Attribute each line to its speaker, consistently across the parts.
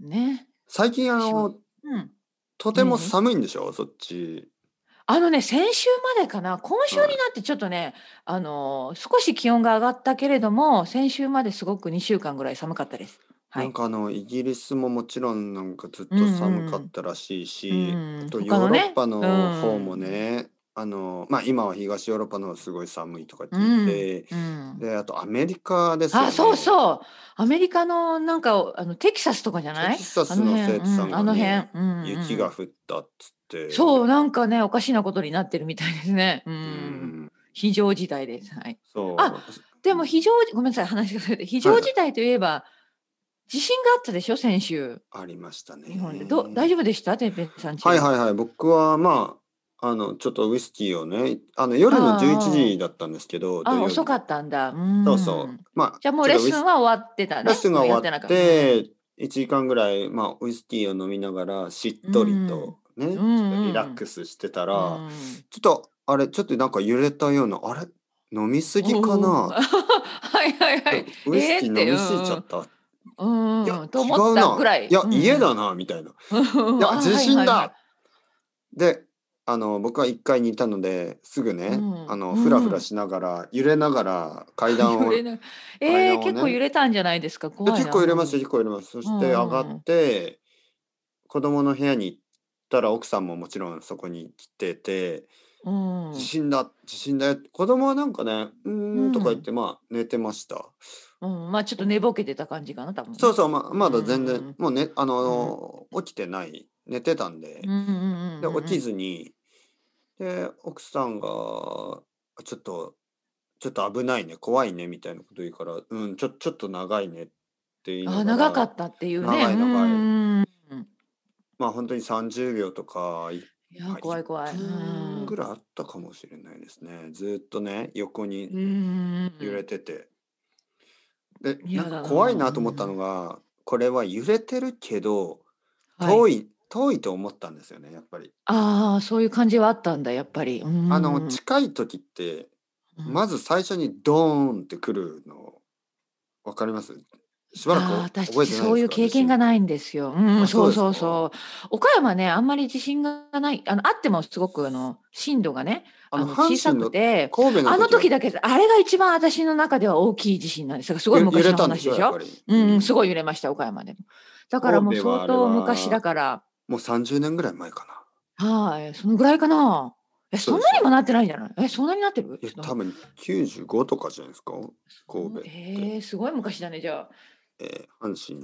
Speaker 1: ね。
Speaker 2: 最近あの
Speaker 1: うん。
Speaker 2: とても寒いんでしょ、そっち。
Speaker 1: あのね、先週までかな、今週になってちょっとね、あのー少し気温が上がったけれども、先週まですごく2週間ぐらい寒かったです。は
Speaker 2: なん
Speaker 1: い。
Speaker 2: かあのイギリスももちろんなんかずっと寒かったらしいし、
Speaker 1: うん
Speaker 2: あとヨ
Speaker 1: 他
Speaker 2: ー
Speaker 1: の
Speaker 2: ロ
Speaker 1: ね
Speaker 2: ッパの方も
Speaker 1: うん
Speaker 2: ね、あのまあ今は東ヨーロッパの方すごい寒いとか聞いて、
Speaker 1: うん。
Speaker 2: であとアメリカですよね。
Speaker 1: あ、そうそう。アメリカのなんか、あのテキサスとかじゃな
Speaker 2: テ
Speaker 1: い
Speaker 2: キサス
Speaker 1: あの
Speaker 2: の
Speaker 1: 辺、
Speaker 2: 生徒さ
Speaker 1: うんん、あ
Speaker 2: が
Speaker 1: の
Speaker 2: ね、
Speaker 1: 辺、うんうん、
Speaker 2: 雪が降ったっつって。
Speaker 1: そう、なんかね、おかしなことになってるみたいですね。う。
Speaker 2: うんん。
Speaker 1: 非常事態です。はい。
Speaker 2: そう。
Speaker 1: あでも非常、ごめんなさい、話がそれて、非常事態といえば、地震があったでしょ、先週、
Speaker 2: ありましたね。
Speaker 1: 日本で。どう大丈夫でしたてっぺんさんち。
Speaker 2: はいはいはい。僕はまあ、あの、ちょっとウイスキーをね、あの、夜の
Speaker 1: あー
Speaker 2: 11時だったんですけど、土曜
Speaker 1: あ、
Speaker 2: 日
Speaker 1: 遅かったんだ。うん
Speaker 2: そうそう。まあ、
Speaker 1: じゃあもうレッスン
Speaker 2: は、
Speaker 1: は終わってたね。
Speaker 2: レッスンが終
Speaker 1: もうやな
Speaker 2: わっ
Speaker 1: かた
Speaker 2: て、1時間ぐらい、まあ、ウイスキーを飲みながら、しっとりとね、
Speaker 1: ん
Speaker 2: ちょっとリラックスしてたら、
Speaker 1: うんうん
Speaker 2: ちょっと、あれ、ちょっとなんか揺れたような、あれ飲みすぎ か
Speaker 1: おー
Speaker 2: な
Speaker 1: はいはいはい。
Speaker 2: ウイスキー
Speaker 1: えーっ
Speaker 2: 飲み
Speaker 1: て
Speaker 2: すぎちゃった。
Speaker 1: うん
Speaker 2: い
Speaker 1: うん
Speaker 2: や、
Speaker 1: と思ったぐらい。
Speaker 2: 違うな。いや、家
Speaker 1: の
Speaker 2: だな、みたいな。い
Speaker 1: あ
Speaker 2: や、地震
Speaker 1: はいはい
Speaker 2: だ。で、あの、僕は1階にいたので、すぐね
Speaker 1: う、ん
Speaker 2: あの、
Speaker 1: うん
Speaker 2: ふらふらしながら、揺れながら階段
Speaker 1: はい 揺
Speaker 2: を。
Speaker 1: れ
Speaker 2: で
Speaker 1: なえ
Speaker 2: 階段
Speaker 1: ー
Speaker 2: をね
Speaker 1: 結構揺れたんじゃないですか。怖いな。
Speaker 2: 結構揺れました、結構揺れました。そして上がって、子供の部屋に行ったら、奥さんももちろんそこに来てて、
Speaker 1: うん。
Speaker 2: 地震だ、地震だよ。子供はなんかね、うーんとか言って、まあ、寝てました。
Speaker 1: うん、まあちょっと寝ぼけてた感じかな多分ね。
Speaker 2: そうそう、まあまだ全
Speaker 1: うん
Speaker 2: 然、もうね、あの、起きてない、寝てたんで。
Speaker 1: うんうんうんうん
Speaker 2: で
Speaker 1: うん。
Speaker 2: 起きずにで奥さんがあ「ちょっとちょっと危ないね怖いね」みたいなこと言うから「うんちょちょっと長いね」って言いながら
Speaker 1: あ長かったっていうね。
Speaker 2: 長い長い
Speaker 1: うんうん
Speaker 2: まあ本当に30秒とか1
Speaker 1: いや怖い怖い。
Speaker 2: 分ぐ
Speaker 1: ら
Speaker 2: らいあったかもしれないですねずーっとね横
Speaker 1: う
Speaker 2: に
Speaker 1: ん。
Speaker 2: 揺れてて、で
Speaker 1: いや
Speaker 2: なん
Speaker 1: だ
Speaker 2: か
Speaker 1: な
Speaker 2: 怖いなと思ったのがこれは揺れてるけど
Speaker 1: は
Speaker 2: 遠
Speaker 1: い。
Speaker 2: い、遠いと思ったんですよねやっぱり。
Speaker 1: ああそういう感じはあったんだやっぱり。あ
Speaker 2: あの近い時ってまず最初にドーンってくるのわかりますしばらく
Speaker 1: ああ
Speaker 2: 覚えて
Speaker 1: 私
Speaker 2: ないですか
Speaker 1: そういう経験がないんですよ。うん、
Speaker 2: あそ
Speaker 1: そうう
Speaker 2: ですか
Speaker 1: そうそう。岡山ね、あんまり地震がない、あの、あってもすごく、あの、震度がね、
Speaker 2: あ
Speaker 1: あ
Speaker 2: の
Speaker 1: の、小
Speaker 2: 阪
Speaker 1: さ
Speaker 2: 神
Speaker 1: く
Speaker 2: の
Speaker 1: て、
Speaker 2: 神戸の
Speaker 1: あの時
Speaker 2: だ
Speaker 1: だけ、あれが一番私の中では大きい地震なんですが、すごい
Speaker 2: 揺
Speaker 1: 昔
Speaker 2: れ
Speaker 1: の
Speaker 2: たんで
Speaker 1: 話
Speaker 2: し
Speaker 1: で
Speaker 2: ょ
Speaker 1: し
Speaker 2: やっ
Speaker 1: ょ
Speaker 2: ぱり
Speaker 1: うん、すご
Speaker 2: い
Speaker 1: い揺れました、岡山でも。だからもう
Speaker 2: 神戸はあ
Speaker 1: 相
Speaker 2: れは
Speaker 1: 当昔だから、
Speaker 2: もう30年ぐらい前かな
Speaker 1: はい、そのぐらいかな。え、
Speaker 2: そ
Speaker 1: そう
Speaker 2: で
Speaker 1: ん
Speaker 2: す
Speaker 1: なにもなってないんじゃないえ、そんなになってる
Speaker 2: いや多分95とかじゃないですか、神戸って
Speaker 1: えー、すごい昔だね、じゃ
Speaker 2: えー阪神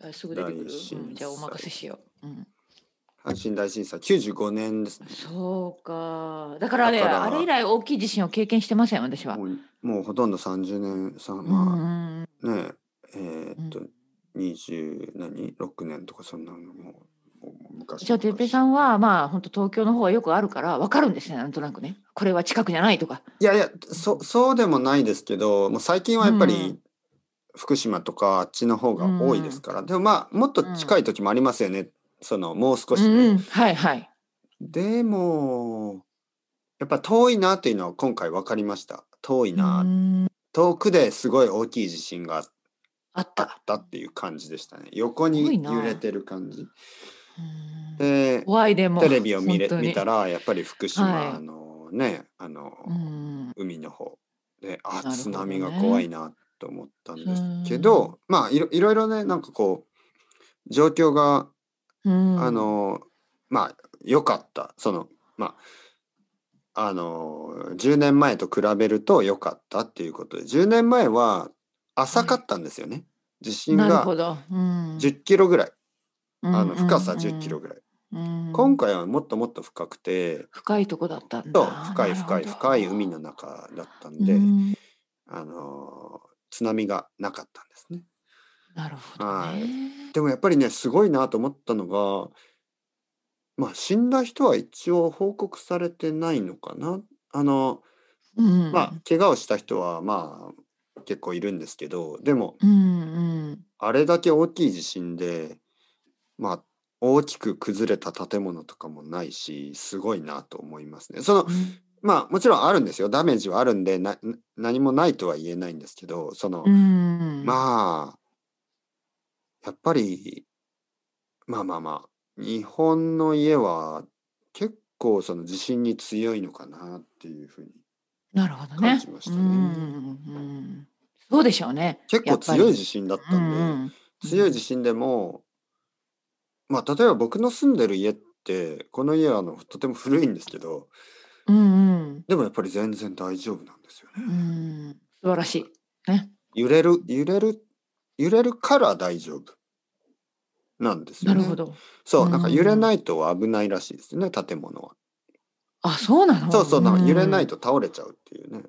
Speaker 1: あ。あすぐ出てくる
Speaker 2: 大、震
Speaker 1: うんじゃあお任せ
Speaker 2: 災
Speaker 1: しよう。うん
Speaker 2: 阪神大震災95年ですね
Speaker 1: そうか。だからあれ
Speaker 2: だから
Speaker 1: あれ以来大きい地震を経験してません、私は。
Speaker 2: もうもうほとんど30年さ
Speaker 1: うんうん
Speaker 2: ま
Speaker 1: うん
Speaker 2: あねええーっと20何6年とかそんなのもうもう昔
Speaker 1: じゃあ、てっぺい
Speaker 2: ん
Speaker 1: さんは、まあ、本当東京の方はよくあるから、わかるんですね、なんとなくね。これは近くじゃないとか。
Speaker 2: いやいや、そ、そうでもないですけど、もう最近はやっぱ
Speaker 1: う
Speaker 2: り
Speaker 1: ん
Speaker 2: 福島とかあっちの方が多いですから、でもまあ、もっと近い時もありますよね。その、もう少
Speaker 1: う
Speaker 2: しね、
Speaker 1: んうん、はいはい。
Speaker 2: でも、やっぱ遠いなっていうのは今回分かりました。遠いうな。
Speaker 1: ん
Speaker 2: 遠くですごい大きい地震が
Speaker 1: あっ。
Speaker 2: あったたっていう感じでしたね。横
Speaker 1: すごい
Speaker 2: に
Speaker 1: な
Speaker 2: 揺れてる感じ。
Speaker 1: うん
Speaker 2: で、
Speaker 1: 怖いでも。
Speaker 2: テレビを見れ
Speaker 1: 本当に
Speaker 2: 見た。ら、やっぱり
Speaker 1: は
Speaker 2: 福
Speaker 1: い
Speaker 2: 島のね、あの、
Speaker 1: うん、
Speaker 2: 海の方であ
Speaker 1: なるほどね
Speaker 2: 津波が怖いなと思ったんですけど、まあいろいろいろねなんかこう状況が、
Speaker 1: うん
Speaker 2: あ、のまあ良かったそのまああの10年前と比べると良かったっていうことで10年前は浅かったんですよね、地震
Speaker 1: なる
Speaker 2: が
Speaker 1: ほど。うん
Speaker 2: 10キロぐらい、あの深さ
Speaker 1: うん
Speaker 2: 10キロぐらい、
Speaker 1: うん
Speaker 2: 今回はもっともっと深くて、
Speaker 1: 深いとこだったんだ。
Speaker 2: と深い深い深い海の中だったんで。
Speaker 1: で。うん
Speaker 2: あのー津波がなかったんですね。
Speaker 1: なるほど、ね。
Speaker 2: はいでもやっぱりねすごいなと思ったのが、まあ、死んだ人は一応報告されてないのかな。あの
Speaker 1: うん、
Speaker 2: まあ怪我をした人はまあ結構いるんですけどでも
Speaker 1: うんうん
Speaker 2: あれだけ大きい地震で、まあ、大きく崩れた建物とかもないしすごいなと思いますね。その
Speaker 1: うん
Speaker 2: まあもちろんあるんですよダメージはあるんでなな何もないとは言えないんですけどその、
Speaker 1: うん、
Speaker 2: まあ、やっぱりまあまあまあ、日本の家は結構その地震に強いのかなっていうふうに。
Speaker 1: なるほど
Speaker 2: 感
Speaker 1: ね
Speaker 2: じまし。
Speaker 1: う
Speaker 2: たね
Speaker 1: んうんそうでしょうね。
Speaker 2: 結
Speaker 1: や
Speaker 2: 構
Speaker 1: っぱり
Speaker 2: 強い地震だっ
Speaker 1: う
Speaker 2: たんで、
Speaker 1: ん
Speaker 2: 強い地震でも、まあ例えば僕の住んでる家って、この家はあのとても古いんですけど、
Speaker 1: うんうん
Speaker 2: でもやっぱり全然大丈夫なんですよね。
Speaker 1: うんうん素晴らしい。ね。
Speaker 2: 揺れる、揺れる、揺れるから大丈夫。なんですよ
Speaker 1: な
Speaker 2: ね。
Speaker 1: るほ。ど。
Speaker 2: そう、なんか揺れ
Speaker 1: うん
Speaker 2: ないと危ないらしいですね、建物は。
Speaker 1: あ、そうなの。
Speaker 2: そうそう、なんか揺れない
Speaker 1: と。
Speaker 2: と倒れちゃうっていうね。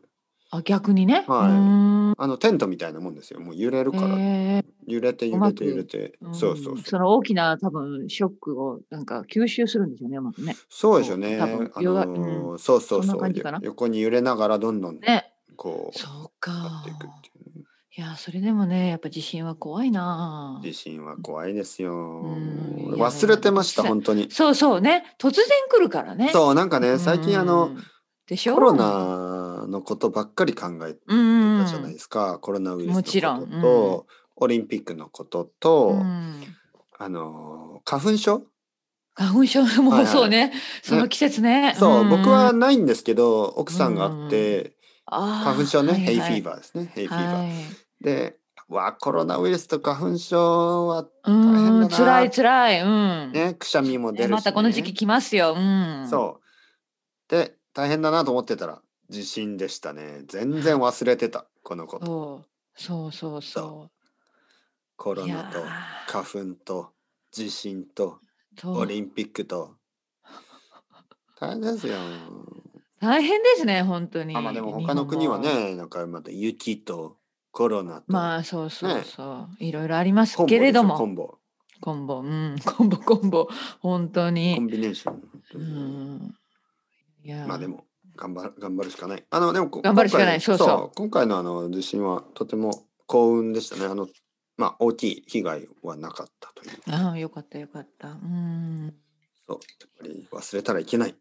Speaker 1: あ、逆にね。
Speaker 2: はい
Speaker 1: うん
Speaker 2: あのテントみたいなもんですよ。もう揺れるから、
Speaker 1: へえ
Speaker 2: 揺れて
Speaker 1: う
Speaker 2: 揺
Speaker 1: ま
Speaker 2: れ
Speaker 1: く
Speaker 2: て揺れて。
Speaker 1: うん
Speaker 2: そうそうそう。
Speaker 1: その大きな多分ショックをなんか吸収するんですよね、うまくね。
Speaker 2: そうですよね。
Speaker 1: 多
Speaker 2: あ
Speaker 1: 分
Speaker 2: の
Speaker 1: 弱い
Speaker 2: ーそうそ
Speaker 1: そ
Speaker 2: う
Speaker 1: んな
Speaker 2: そう
Speaker 1: 感じかな
Speaker 2: よ横に揺れながらどんどん
Speaker 1: ね。
Speaker 2: こう、
Speaker 1: そう
Speaker 2: なっ
Speaker 1: か
Speaker 2: てい。くっていうね、
Speaker 1: いや、それでもね、やっぱ地震は怖いな。
Speaker 2: 地震は怖いですよ。
Speaker 1: ん
Speaker 2: もう
Speaker 1: いや
Speaker 2: 忘れてました、
Speaker 1: いや
Speaker 2: 本当に。
Speaker 1: そうそうね、突然来るからね。
Speaker 2: そう、なんか
Speaker 1: う
Speaker 2: ね、
Speaker 1: ん
Speaker 2: 最近あの、、
Speaker 1: でしょ
Speaker 2: コロ、ナのことばっかり考えて
Speaker 1: うん、
Speaker 2: たじゃないですか。コロナウイルス
Speaker 1: もちろん
Speaker 2: のことと、オリンピックのことと、
Speaker 1: うん
Speaker 2: あのー、花粉症
Speaker 1: 花粉症も
Speaker 2: はいはい
Speaker 1: そうね、その季節ね。
Speaker 2: そう、
Speaker 1: ん
Speaker 2: 僕はないんですけど、奥さんがあって、花粉症ね、ヘイフィー
Speaker 1: バ
Speaker 2: バーですね、ヘイ
Speaker 1: ー
Speaker 2: フィーバー。
Speaker 1: はいはい
Speaker 2: で、わあ、コロナウイルスと花粉症は
Speaker 1: う、
Speaker 2: 大変だなん
Speaker 1: 辛い辛い、うん。
Speaker 2: ね、くしゃみも出るし、ね。
Speaker 1: またこの時期来ますよ、うん。
Speaker 2: そう。で、大変だなと思ってたら、地震でしたね。全然忘れてた、このこと。
Speaker 1: そう、そうそうそ
Speaker 2: コ
Speaker 1: う。
Speaker 2: ロナと、
Speaker 1: ー
Speaker 2: 花粉と、地震と、
Speaker 1: そう
Speaker 2: オリンピックと。大変ですよ。
Speaker 1: 大変ですね、本当に。
Speaker 2: あまあでも他の国は
Speaker 1: 日本も。
Speaker 2: ね、なんかまた雪とコロナと、
Speaker 1: まあ、そうそう
Speaker 2: ね
Speaker 1: そう、いろいろあります
Speaker 2: コンボで
Speaker 1: け
Speaker 2: すよ
Speaker 1: れども。
Speaker 2: コンボ。
Speaker 1: コンボ、うん、 コンボ、コンボ、本当
Speaker 2: コン
Speaker 1: に。
Speaker 2: ビネーション。
Speaker 1: うん。いや、
Speaker 2: まあで。も頑張る頑張るしかない。あのでもこ
Speaker 1: 頑張るしかない
Speaker 2: 今回
Speaker 1: そうそう
Speaker 2: 今回のあの地震はとても幸運でしたね。あのまあ大きい被害はなかったという。
Speaker 1: ああ、よかった、よかった。うん。
Speaker 2: そうやっぱり忘れたらいけない。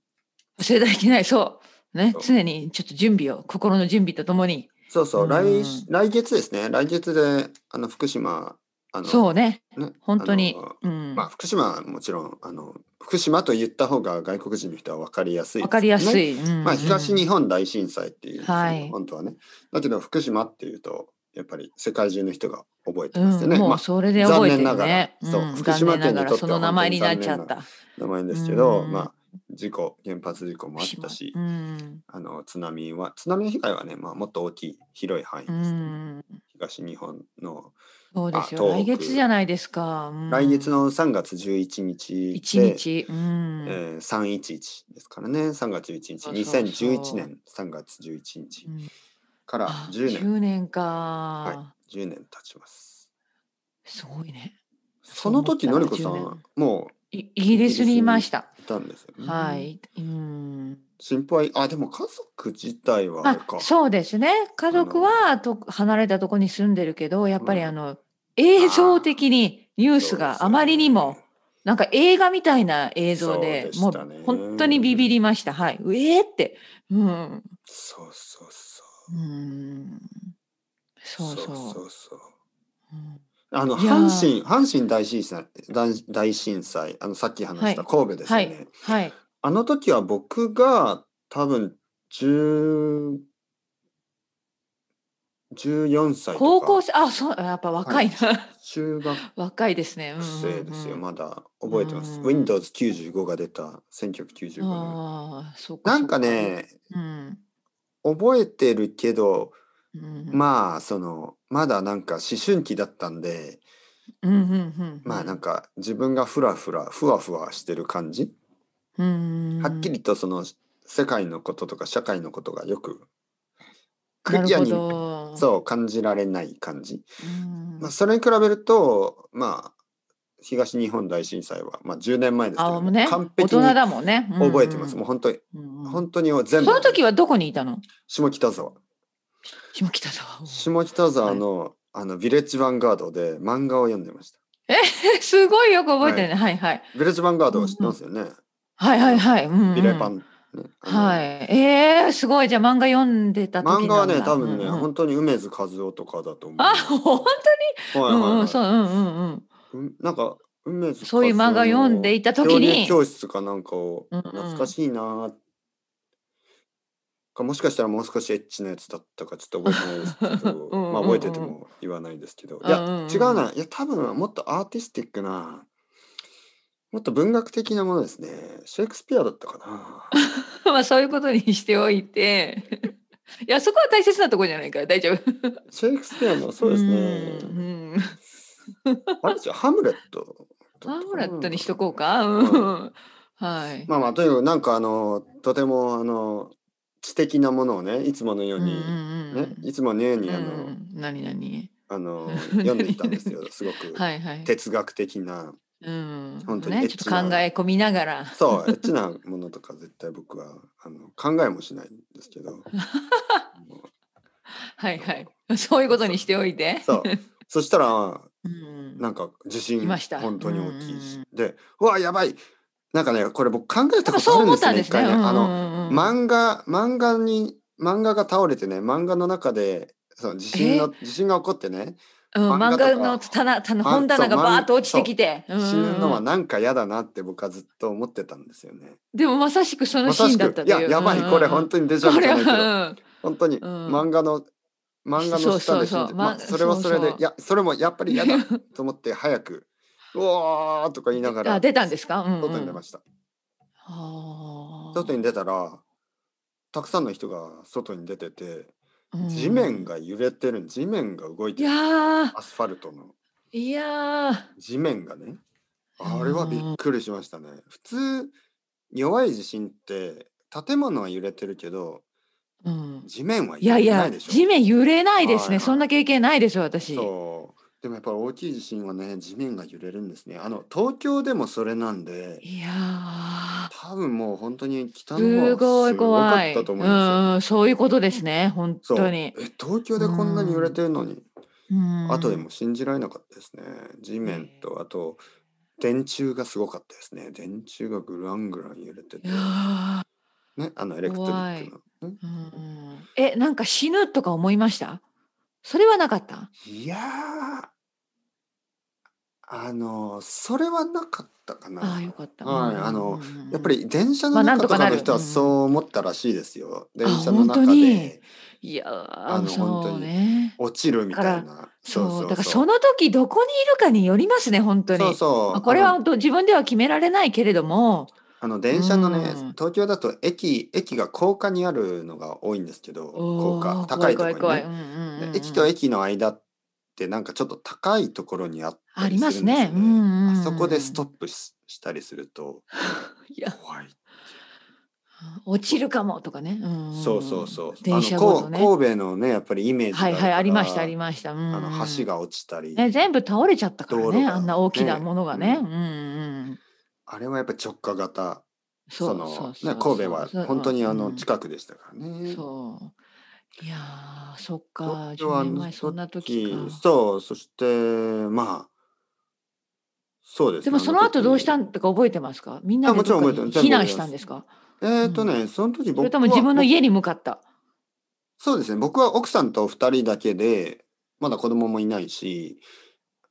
Speaker 1: 忘れてはいけない、そう。ね
Speaker 2: そ、う
Speaker 1: 常にちょっと準備を、心の準備とともに。
Speaker 2: そうそう、
Speaker 1: うん
Speaker 2: 来し来月ですね。来月であの福島あの
Speaker 1: そうね、
Speaker 2: ね
Speaker 1: 本当に
Speaker 2: あの。
Speaker 1: うん。
Speaker 2: まあ福島はもちろんあの福島と言った方が外国人の人は分かりやすいですね、
Speaker 1: わかりやすい。うん
Speaker 2: まあ、東日
Speaker 1: うん
Speaker 2: 本大震災っていうんですよね、
Speaker 1: はい
Speaker 2: 本当はね。だけど福島っていうとやっぱり世界中の人が覚えてます
Speaker 1: う
Speaker 2: よ
Speaker 1: ん、
Speaker 2: ね。
Speaker 1: も
Speaker 2: ま
Speaker 1: う
Speaker 2: あ、
Speaker 1: それで覚えてる
Speaker 2: 残念ながら
Speaker 1: ね。
Speaker 2: そうん福島
Speaker 1: 残念
Speaker 2: 県
Speaker 1: ながら
Speaker 2: にとって
Speaker 1: そ
Speaker 2: は
Speaker 1: の名前になっ
Speaker 2: 本当に
Speaker 1: ちゃった。
Speaker 2: 名前ですけど、
Speaker 1: うん
Speaker 2: まあ事故原発事故もあったし、
Speaker 1: うん。
Speaker 2: あの津波は津波の被害はね、まあ、もっと大きい広い範囲
Speaker 1: う
Speaker 2: ですね、
Speaker 1: ん。
Speaker 2: 東日本の
Speaker 1: そうですよ。
Speaker 2: あ
Speaker 1: 来
Speaker 2: 東北
Speaker 1: 月じゃないですか。うん
Speaker 2: 来月の3月11日
Speaker 1: 一
Speaker 2: で、
Speaker 1: 日。うん。
Speaker 2: えー311ですからね3月11日
Speaker 1: そうそうそう
Speaker 2: 2011年3月11日
Speaker 1: うん
Speaker 2: から
Speaker 1: あ
Speaker 2: 10年、
Speaker 1: 10年か、
Speaker 2: 10年経ちます。
Speaker 1: すごいね
Speaker 2: その時のりこ
Speaker 1: そ
Speaker 2: さ
Speaker 1: う思ったら10
Speaker 2: んも
Speaker 1: いイギリスにいました、
Speaker 2: ういたんですよね。
Speaker 1: はいうん
Speaker 2: 心配あでも家族自体はあれ
Speaker 1: あ
Speaker 2: か。
Speaker 1: そうですね家族はと離れたとこに住んでるけどやっぱり
Speaker 2: うん
Speaker 1: あの、映像的にニュース
Speaker 2: そうです
Speaker 1: が
Speaker 2: よね
Speaker 1: あまりにもなんか映画みたいな映像で
Speaker 2: そうでしたね
Speaker 1: もう本当にビビりましたはいうえーってうん
Speaker 2: そうそうそ
Speaker 1: うん
Speaker 2: う。
Speaker 1: そうそう
Speaker 2: そうそう
Speaker 1: うん
Speaker 2: あの
Speaker 1: いやー
Speaker 2: 阪神阪神大震災大大震災あのさっき話した神戸ですよ
Speaker 1: は
Speaker 2: ね。
Speaker 1: いはい
Speaker 2: あの時は僕が多分10 14歳とか
Speaker 1: 高校生あそうやっぱ若いな、
Speaker 2: 中学
Speaker 1: 若いですね。うんうんうん
Speaker 2: 学生ですよ、まだ覚えてます、
Speaker 1: うん
Speaker 2: Windows95 が出た1995年
Speaker 1: ああ、そうか。
Speaker 2: なんかね
Speaker 1: そうか。うん。
Speaker 2: 覚えてるけど
Speaker 1: うん、
Speaker 2: まあそのまだなんか思春期だったんで
Speaker 1: うんうんうん、
Speaker 2: まあなん
Speaker 1: か、
Speaker 2: か自分がフラフラふわふわしてる感じ、
Speaker 1: うんうん、
Speaker 2: はっきりとその世界のこととか社会のことがよくク
Speaker 1: な
Speaker 2: リ
Speaker 1: る
Speaker 2: ア
Speaker 1: ほ
Speaker 2: に
Speaker 1: ど。
Speaker 2: そう感じられない感じ、
Speaker 1: うん。
Speaker 2: まあ、それに比べるとまあ東日本大震災は、まあ、10年前ですけ
Speaker 1: あ
Speaker 2: ど
Speaker 1: あ、もうね、
Speaker 2: 完
Speaker 1: 大
Speaker 2: 璧
Speaker 1: 人
Speaker 2: に
Speaker 1: だもんね。うんうん
Speaker 2: 覚えてます。もう本当に、
Speaker 1: うんうん
Speaker 2: 本当に全部。
Speaker 1: その時はどこにいたの
Speaker 2: 下北沢。
Speaker 1: 下北沢。
Speaker 2: 下北沢の、あの、ヴィレッジヴァンガードで漫画を読んでました。
Speaker 1: え、すごいよく覚えてるね。はいはい。
Speaker 2: ヴィレッジヴァンガードを知ってますよね。
Speaker 1: はいはいはい。うん、うん。
Speaker 2: ヴィレパン。ね
Speaker 1: はい。
Speaker 2: い。
Speaker 1: えー、すごい。じゃあ漫画読んでた時なんだ
Speaker 2: 漫画はね、多分ね、
Speaker 1: うんうん
Speaker 2: 本当に梅津和夫とかだと思う。
Speaker 1: あ、本当に、
Speaker 2: はいはいはい
Speaker 1: うんうん、そう、うんうんうん。
Speaker 2: うんなんか、梅津
Speaker 1: そういう漫画を読んでいた
Speaker 2: 和夫
Speaker 1: 時
Speaker 2: の
Speaker 1: に
Speaker 2: 恐竜教室かなんかを
Speaker 1: うんうん
Speaker 2: 懐かしいなーかもしかしたらもう少しエッチなやつだったかちょっと覚えてないですけど
Speaker 1: うんうんうん
Speaker 2: まあ覚えてても言わないですけどいや、
Speaker 1: うんうんうん
Speaker 2: 違うないや多分もっとアーティスティックなもっと文学的なものですねシェイクスピアだったかな
Speaker 1: まあそういうことにしておいて いやそこは大切なところじゃないから大丈夫
Speaker 2: シェイクスピアのそうです ね
Speaker 1: うんうん
Speaker 2: あれじゃハムレットだ
Speaker 1: ハ
Speaker 2: ったかな
Speaker 1: ムレットにしとこうかうんはい、
Speaker 2: まあまあとにかくなんかあのとてもあの知的なものをねいつものように、
Speaker 1: うんうんうん
Speaker 2: ね、いつものようにあの、
Speaker 1: うん何何
Speaker 2: あの読んでいたんですよすごく
Speaker 1: はいはい
Speaker 2: 哲学的な
Speaker 1: うん
Speaker 2: 本当にエ
Speaker 1: ね
Speaker 2: ッ
Speaker 1: ちょっと
Speaker 2: チ
Speaker 1: 考
Speaker 2: な
Speaker 1: え込みながら
Speaker 2: そうエッチなものとか絶対僕はあの考えもしないんです けどもう
Speaker 1: はいはいそういうことにしておいて
Speaker 2: そうそしたら
Speaker 1: うん
Speaker 2: なんか地震
Speaker 1: 来ました
Speaker 2: 本当に大きいし
Speaker 1: うん
Speaker 2: でうわやばいなんかねこれ僕考え
Speaker 1: なん
Speaker 2: たこ
Speaker 1: かそう
Speaker 2: とあ
Speaker 1: 思
Speaker 2: るんで
Speaker 1: っ
Speaker 2: すよ
Speaker 1: たん
Speaker 2: ね
Speaker 1: ですね
Speaker 2: 一回ね。あ
Speaker 1: の
Speaker 2: の漫画漫画に漫画が倒れてね漫画の中でその地震の地震が起こってね
Speaker 1: うん、
Speaker 2: 漫
Speaker 1: 漫
Speaker 2: 画
Speaker 1: 画
Speaker 2: と
Speaker 1: の
Speaker 2: か
Speaker 1: 棚棚
Speaker 2: ま
Speaker 1: 本棚が
Speaker 2: そう漫
Speaker 1: バーッと落ちてきて、うんうん
Speaker 2: 死ぬのはなんか嫌だなって僕はずっと思ってたんですよね。
Speaker 1: でもまさしくその
Speaker 2: ま
Speaker 1: シ
Speaker 2: さ
Speaker 1: ーン
Speaker 2: し
Speaker 1: だっ
Speaker 2: く
Speaker 1: た
Speaker 2: いややばいこれ本
Speaker 1: 当
Speaker 2: 当にデジャブ
Speaker 1: こ
Speaker 2: じ
Speaker 1: れ
Speaker 2: ゃないけど
Speaker 1: は、
Speaker 2: 本当に
Speaker 1: うん
Speaker 2: 漫画の漫画の下で死ん
Speaker 1: そうそう
Speaker 2: で
Speaker 1: そう
Speaker 2: まあ
Speaker 1: ま
Speaker 2: それはそれ
Speaker 1: そう
Speaker 2: で
Speaker 1: そう
Speaker 2: いやそれもやっぱり嫌だと思って早く「うわ!」とか言いなが
Speaker 1: うん、
Speaker 2: ら
Speaker 1: あ出たんですか、うんうん、
Speaker 2: 外に出ま
Speaker 1: し
Speaker 2: した。
Speaker 1: たあ
Speaker 2: 外に出たらたくさんの人が外に出てて
Speaker 1: に
Speaker 2: 地面、が揺れてる地面が動
Speaker 1: うん
Speaker 2: い
Speaker 1: い
Speaker 2: てる
Speaker 1: やー
Speaker 2: アスファルトの。
Speaker 1: いやー
Speaker 2: 地面がねあれはびっくりしましたね普通弱い地震って建物は揺れてるけど
Speaker 1: うん、
Speaker 2: 地面はい揺
Speaker 1: やい
Speaker 2: れな
Speaker 1: や
Speaker 2: いでしょ
Speaker 1: 地面揺れないです
Speaker 2: はいは
Speaker 1: ね、
Speaker 2: い
Speaker 1: そんな経験ないです私
Speaker 2: そうでもやっぱり大きい地震はね地面が揺れるんですねあの東京でもそれなんで
Speaker 1: いやー
Speaker 2: 多分もう本当に北の
Speaker 1: す
Speaker 2: 方
Speaker 1: ご
Speaker 2: はいすごか
Speaker 1: 怖
Speaker 2: っ
Speaker 1: い
Speaker 2: たと思いま
Speaker 1: うんうん、そういうことですね本
Speaker 2: すよ、
Speaker 1: 当に
Speaker 2: そうえ東京でこんなに揺れてるのに、
Speaker 1: うん
Speaker 2: 後でも信じられなかったですね地面とあと電柱がすごかったですね電柱がぐらんぐらん揺れて
Speaker 1: い
Speaker 2: て
Speaker 1: やー
Speaker 2: ね、あのエレクトリックの。ん
Speaker 1: うんうんえなんか死ぬとか思いましたそれはなかった
Speaker 2: いやーあのそれはなかったかな。
Speaker 1: ああよかった、
Speaker 2: はい
Speaker 1: うん
Speaker 2: あの
Speaker 1: うんうんうん
Speaker 2: やっぱり電車
Speaker 1: ま
Speaker 2: の
Speaker 1: あなんと
Speaker 2: 中と
Speaker 1: か
Speaker 2: か
Speaker 1: な
Speaker 2: の
Speaker 1: る
Speaker 2: 人はそう思ったらしいですよ。電車の
Speaker 1: 本
Speaker 2: 中
Speaker 1: 当
Speaker 2: で
Speaker 1: にいや
Speaker 2: あ
Speaker 1: あ
Speaker 2: の本当
Speaker 1: そう
Speaker 2: に
Speaker 1: ね
Speaker 2: 落ちるみたい
Speaker 1: だ
Speaker 2: な。
Speaker 1: そうだからその時どこにいるかによりますね本当に
Speaker 2: そうそう
Speaker 1: まあこれ
Speaker 2: あ
Speaker 1: は
Speaker 2: の
Speaker 1: 本当自分では決められないけれども
Speaker 2: あの電車のね、
Speaker 1: うん
Speaker 2: 東京だと駅駅が高架にあるのが多いんですけど高
Speaker 1: お
Speaker 2: 架
Speaker 1: ー
Speaker 2: 高いと
Speaker 1: 怖い怖
Speaker 2: ころに、ね
Speaker 1: い怖いうんうんうんうん
Speaker 2: で駅と駅の間ってなんかちょっと高いところにあったり
Speaker 1: あり
Speaker 2: する
Speaker 1: ま
Speaker 2: んです
Speaker 1: す
Speaker 2: よね。
Speaker 1: ねうんうんうん
Speaker 2: あそこでストップししたりすると
Speaker 1: いや
Speaker 2: 怖い。
Speaker 1: 落ちるかもとかね、うんんん
Speaker 2: そうそうそう。
Speaker 1: 電車
Speaker 2: あの
Speaker 1: ご
Speaker 2: ことう
Speaker 1: ね
Speaker 2: 神戸のねやっぱりイメージが
Speaker 1: は
Speaker 2: あ
Speaker 1: い
Speaker 2: る
Speaker 1: はいありましたあり
Speaker 2: ま
Speaker 1: ました、うんうん
Speaker 2: あの橋が落ちたり、
Speaker 1: ね、全部倒れちゃったから
Speaker 2: 道路
Speaker 1: ね
Speaker 2: が
Speaker 1: あんな大きな
Speaker 2: ね
Speaker 1: ものがね
Speaker 2: うん
Speaker 1: うんうん
Speaker 2: あれはやっぱ直下型。そ
Speaker 1: そう
Speaker 2: の
Speaker 1: そうそう
Speaker 2: ね神戸は
Speaker 1: そう
Speaker 2: 本当にあの
Speaker 1: うん
Speaker 2: 近くでしたからね。
Speaker 1: そういやーそっか
Speaker 2: 東京は
Speaker 1: 10
Speaker 2: あの
Speaker 1: 年前そんな時か
Speaker 2: そうそしてまあそうですね。
Speaker 1: でもその後どうした
Speaker 2: の時
Speaker 1: んとか覚えてますかみんな
Speaker 2: あも
Speaker 1: で
Speaker 2: ちろ
Speaker 1: ど
Speaker 2: ん
Speaker 1: っか
Speaker 2: 覚え
Speaker 1: に
Speaker 2: てます
Speaker 1: 避難したんですか
Speaker 2: えっ、とね、その時
Speaker 1: それ
Speaker 2: 僕は
Speaker 1: とも自分の家に向かった
Speaker 2: そうですね僕は奥さんと2人だけでまだ子供もいないし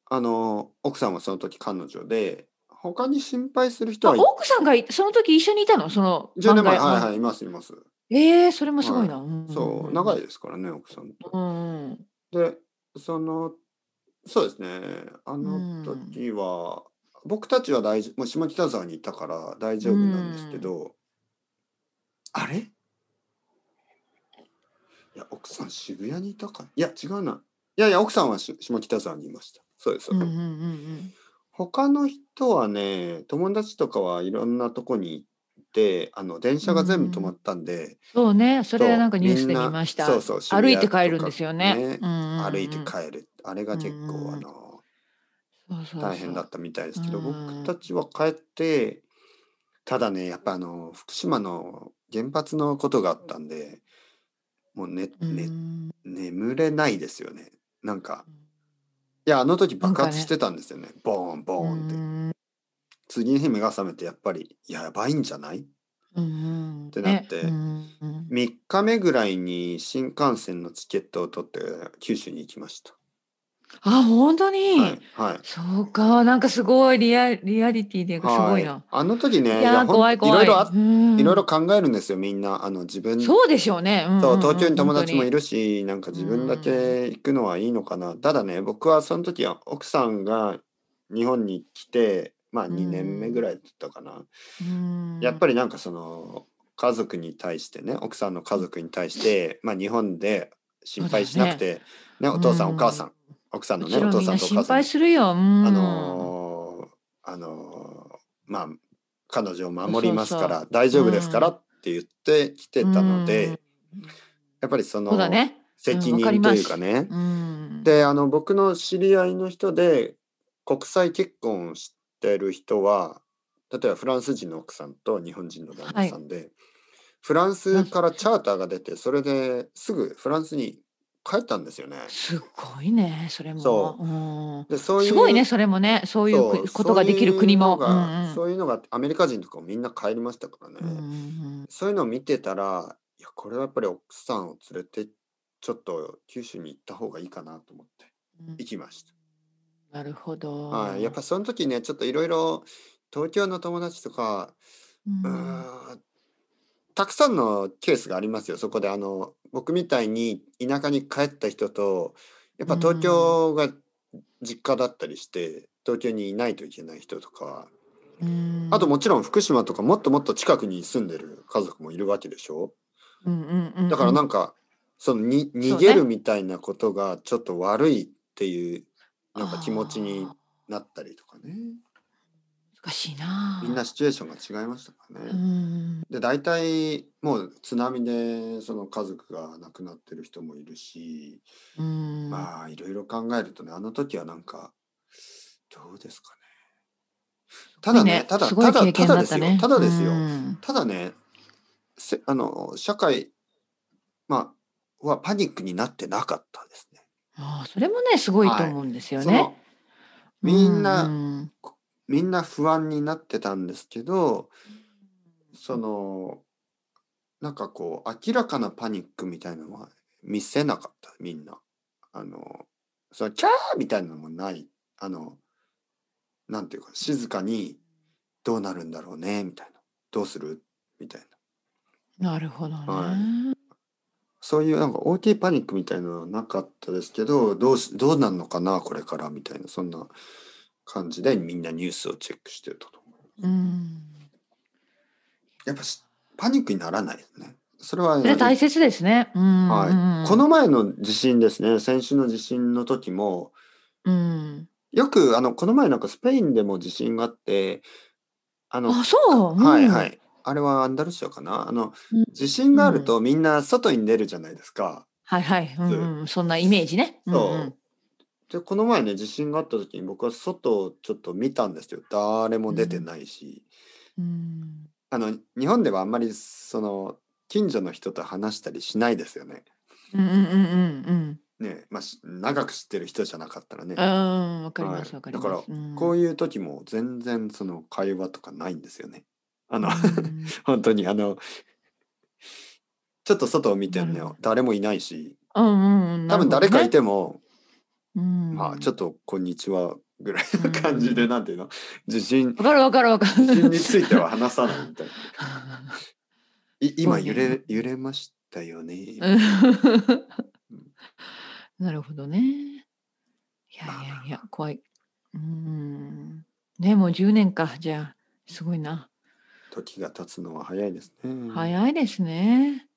Speaker 2: あの奥さんはその時彼女で他に心配する人
Speaker 1: あ
Speaker 2: はい
Speaker 1: 奥さんがいその時一緒にいたのその
Speaker 2: 10年前
Speaker 1: 漫画
Speaker 2: はいはいいますいます、
Speaker 1: えー、それもすごいな、んんん
Speaker 2: そう長いですからね奥さんと
Speaker 1: うんうん
Speaker 2: でそのそうですねあの時は、僕たちは大丈もう下北沢にいたから大丈夫なんですけど、あれいや奥さん渋谷にいたかいや違うないやいや奥さんはし下北沢にいましたそうです、
Speaker 1: うんうんうん
Speaker 2: 他の人はね友達とかはいろんなとこに行ってあの電車が全部止まったんで、
Speaker 1: そうねそれ
Speaker 2: そう
Speaker 1: なんかニュースで
Speaker 2: みんな
Speaker 1: 見ました
Speaker 2: そうそう渋
Speaker 1: 歩
Speaker 2: 谷
Speaker 1: いて帰るんですよね
Speaker 2: とか
Speaker 1: うんうんうん
Speaker 2: 歩いて帰るあれが結
Speaker 1: うんうん
Speaker 2: 構
Speaker 1: うん
Speaker 2: あの
Speaker 1: そうそうそう
Speaker 2: 大変だったみたいですけど
Speaker 1: うん
Speaker 2: 僕たちは帰ってただねやっぱあの福島の原発のことがあったんでもうね
Speaker 1: うん
Speaker 2: ね眠れないですよねなんかいやあの時爆発してたんですよねボーンボーンって
Speaker 1: うん
Speaker 2: 次の日目が覚めてやっぱりやばいんじゃない
Speaker 1: うん
Speaker 2: てなって
Speaker 1: ねうんうん
Speaker 2: 3日目ぐらいに新幹線のチケットを取って九州に行きました。
Speaker 1: あ、本当に、
Speaker 2: はい。はい
Speaker 1: そうか、なんかすごいリアリアリティで、すごいな。
Speaker 2: あの時ね、
Speaker 1: いや
Speaker 2: ほん
Speaker 1: ー、怖い怖い。
Speaker 2: いろいろあ、
Speaker 1: うん
Speaker 2: いろいろ考えるんですよ、みんな。あの、自分、
Speaker 1: そうでしょうね。うんうん
Speaker 2: そう
Speaker 1: うん
Speaker 2: 東京に友達もい
Speaker 1: る。
Speaker 2: るし、なんか自分だけ行くのはいいのかな。ただね、僕はその時は奥さんが日本に来て、まあ
Speaker 1: うん
Speaker 2: 2年目ぐらいだったかな。
Speaker 1: や
Speaker 2: やっぱりなんかその、家族に対してね、奥さんの家族に対して、まあ日本で心配しなくて、ね、お父さん、お母さん、奥さんの
Speaker 1: も
Speaker 2: ね、
Speaker 1: ちろん
Speaker 2: お父
Speaker 1: みん
Speaker 2: さん
Speaker 1: な
Speaker 2: とお
Speaker 1: 心
Speaker 2: 母さん
Speaker 1: 配。するよ。あ
Speaker 2: あのーあのーまあ彼女を守りますから
Speaker 1: そう
Speaker 2: 大丈夫ですから
Speaker 1: うん
Speaker 2: って言ってきてたので、やっぱりその
Speaker 1: そうだね。
Speaker 2: 責
Speaker 1: わかり
Speaker 2: 任
Speaker 1: ま
Speaker 2: と
Speaker 1: す
Speaker 2: いうかね、
Speaker 1: うん。
Speaker 2: であの僕の知り合いの人で国際結婚してる人は例えばフランス人の奥さんと日本人の旦那さんで、フランスからチャーターが出てそれですぐフランスに帰ったんですよね。
Speaker 1: すごいね、それも。
Speaker 2: そ
Speaker 1: うん
Speaker 2: でそういう
Speaker 1: すごいね、それもね、そういう
Speaker 2: そう
Speaker 1: くことができる国も。
Speaker 2: そういうのが
Speaker 1: うんうん
Speaker 2: そういうのがアメリカ人とかもみんな帰りましたからね、
Speaker 1: うんうんうん
Speaker 2: そういうのを見てたらいやこれはやっぱり奥さんを連れてちょっと九州に行った方がいいかなと思って行きました、
Speaker 1: なるほど。
Speaker 2: はい、やっぱその時ねちょっといろいろ東京の友達とか、
Speaker 1: うん
Speaker 2: うーんたくさんのケースがありますよそこであの僕みたいに田舎に帰った人とやっぱ東京が実家だったりして東京にいないといけない人とか
Speaker 1: うん
Speaker 2: あともちろん福島とかもっともっと近くに住んでる家族もいるわけでしょ
Speaker 1: うんうんうんうん
Speaker 2: だからなんかそのに逃げるみたいなことがちょっと悪いっていうなんか気持ちに
Speaker 1: あ
Speaker 2: なったりとかね
Speaker 1: ー難しいな。
Speaker 2: みんなシチュエーションが違いましたから
Speaker 1: う
Speaker 2: ね。
Speaker 1: ん
Speaker 2: で大体もう津波でその家族が亡くなってる人もいるし
Speaker 1: うん
Speaker 2: まあいろいろ考えるとねあの時はなんかどうですかね。ただねただ
Speaker 1: す
Speaker 2: た
Speaker 1: ごい
Speaker 2: だ
Speaker 1: 経
Speaker 2: た
Speaker 1: 験だ
Speaker 2: だで
Speaker 1: っ
Speaker 2: す
Speaker 1: た
Speaker 2: よ
Speaker 1: ね。
Speaker 2: ただですよ。
Speaker 1: うん
Speaker 2: ただねせあの社会、まあ、はパニックになってなかったですね。
Speaker 1: あーそれもね、すごいと思うんですよ
Speaker 2: そ
Speaker 1: ね。
Speaker 2: のみんな
Speaker 1: うん
Speaker 2: みんな不安になってたんですけどそのなんかこう明らかなパニックみたいなのは見せなかったみんな。あのそのキャーみたいなのもないあのなんていうか静かにどうなるんだろうねみたいなどうするみたいな
Speaker 1: なるほどね。
Speaker 2: はそういうなんか大きいパニックみたいなのはなかったですけど、どうし、どうなんのかな、これからみたいな、そんな感じでみんなニュースをチェックしてたと思
Speaker 1: う
Speaker 2: う。
Speaker 1: ん。
Speaker 2: やっぱしパニックにならないですね。それは、
Speaker 1: それは大切ですね。うんうんう
Speaker 2: は
Speaker 1: ん
Speaker 2: い。この前の地震ですね、先週の地震の時も、
Speaker 1: うん。
Speaker 2: よく、あの、この前なんかスペインでも地震があって、あの、
Speaker 1: あ、そう。うん
Speaker 2: はいはい。あれはアンダルシアかなあの
Speaker 1: うん、
Speaker 2: 地震があるとみんな外に出るじゃないですか。
Speaker 1: はいはい。うんうん。そんなイメージね。
Speaker 2: そう。
Speaker 1: んん
Speaker 2: でこの前ね地震があった時に僕は外をちょっと見たんですよ誰も出てないし、
Speaker 1: うん。
Speaker 2: あの日本ではあんまりその近所の人と話したりしないですよね。
Speaker 1: うんうんうんうん
Speaker 2: ねまあ、し長く知ってる人じゃなかったらね、
Speaker 1: うん。うん。わかりま
Speaker 2: はい
Speaker 1: すわかります。
Speaker 2: だから
Speaker 1: うん
Speaker 2: こういう時も全然その会話とかないんですよね。あの、
Speaker 1: うん
Speaker 2: 本当にあのちょっと外を見てる
Speaker 1: なる
Speaker 2: の
Speaker 1: ほど
Speaker 2: 誰もいないし
Speaker 1: うんうん。
Speaker 2: 多分誰かいても、
Speaker 1: なるほどね、
Speaker 2: まあちょっ
Speaker 1: と。
Speaker 2: と「こんにちは」ぐらい
Speaker 1: うん
Speaker 2: の感じでなんていうの地震
Speaker 1: わかるわかるわか
Speaker 2: 地震
Speaker 1: る。
Speaker 2: については話さないみたいな。い今揺
Speaker 1: そう
Speaker 2: れ
Speaker 1: ね
Speaker 2: 揺れましたよね。
Speaker 1: うん。 なるほどね。いやいやいや、怖い。うん。ね、もう10年か。じゃあ、すごいな。
Speaker 2: 時が経つのは早いですね。
Speaker 1: 早いですね。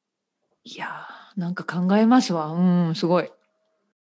Speaker 1: いやー、なんか考えますわ。うん、すごい。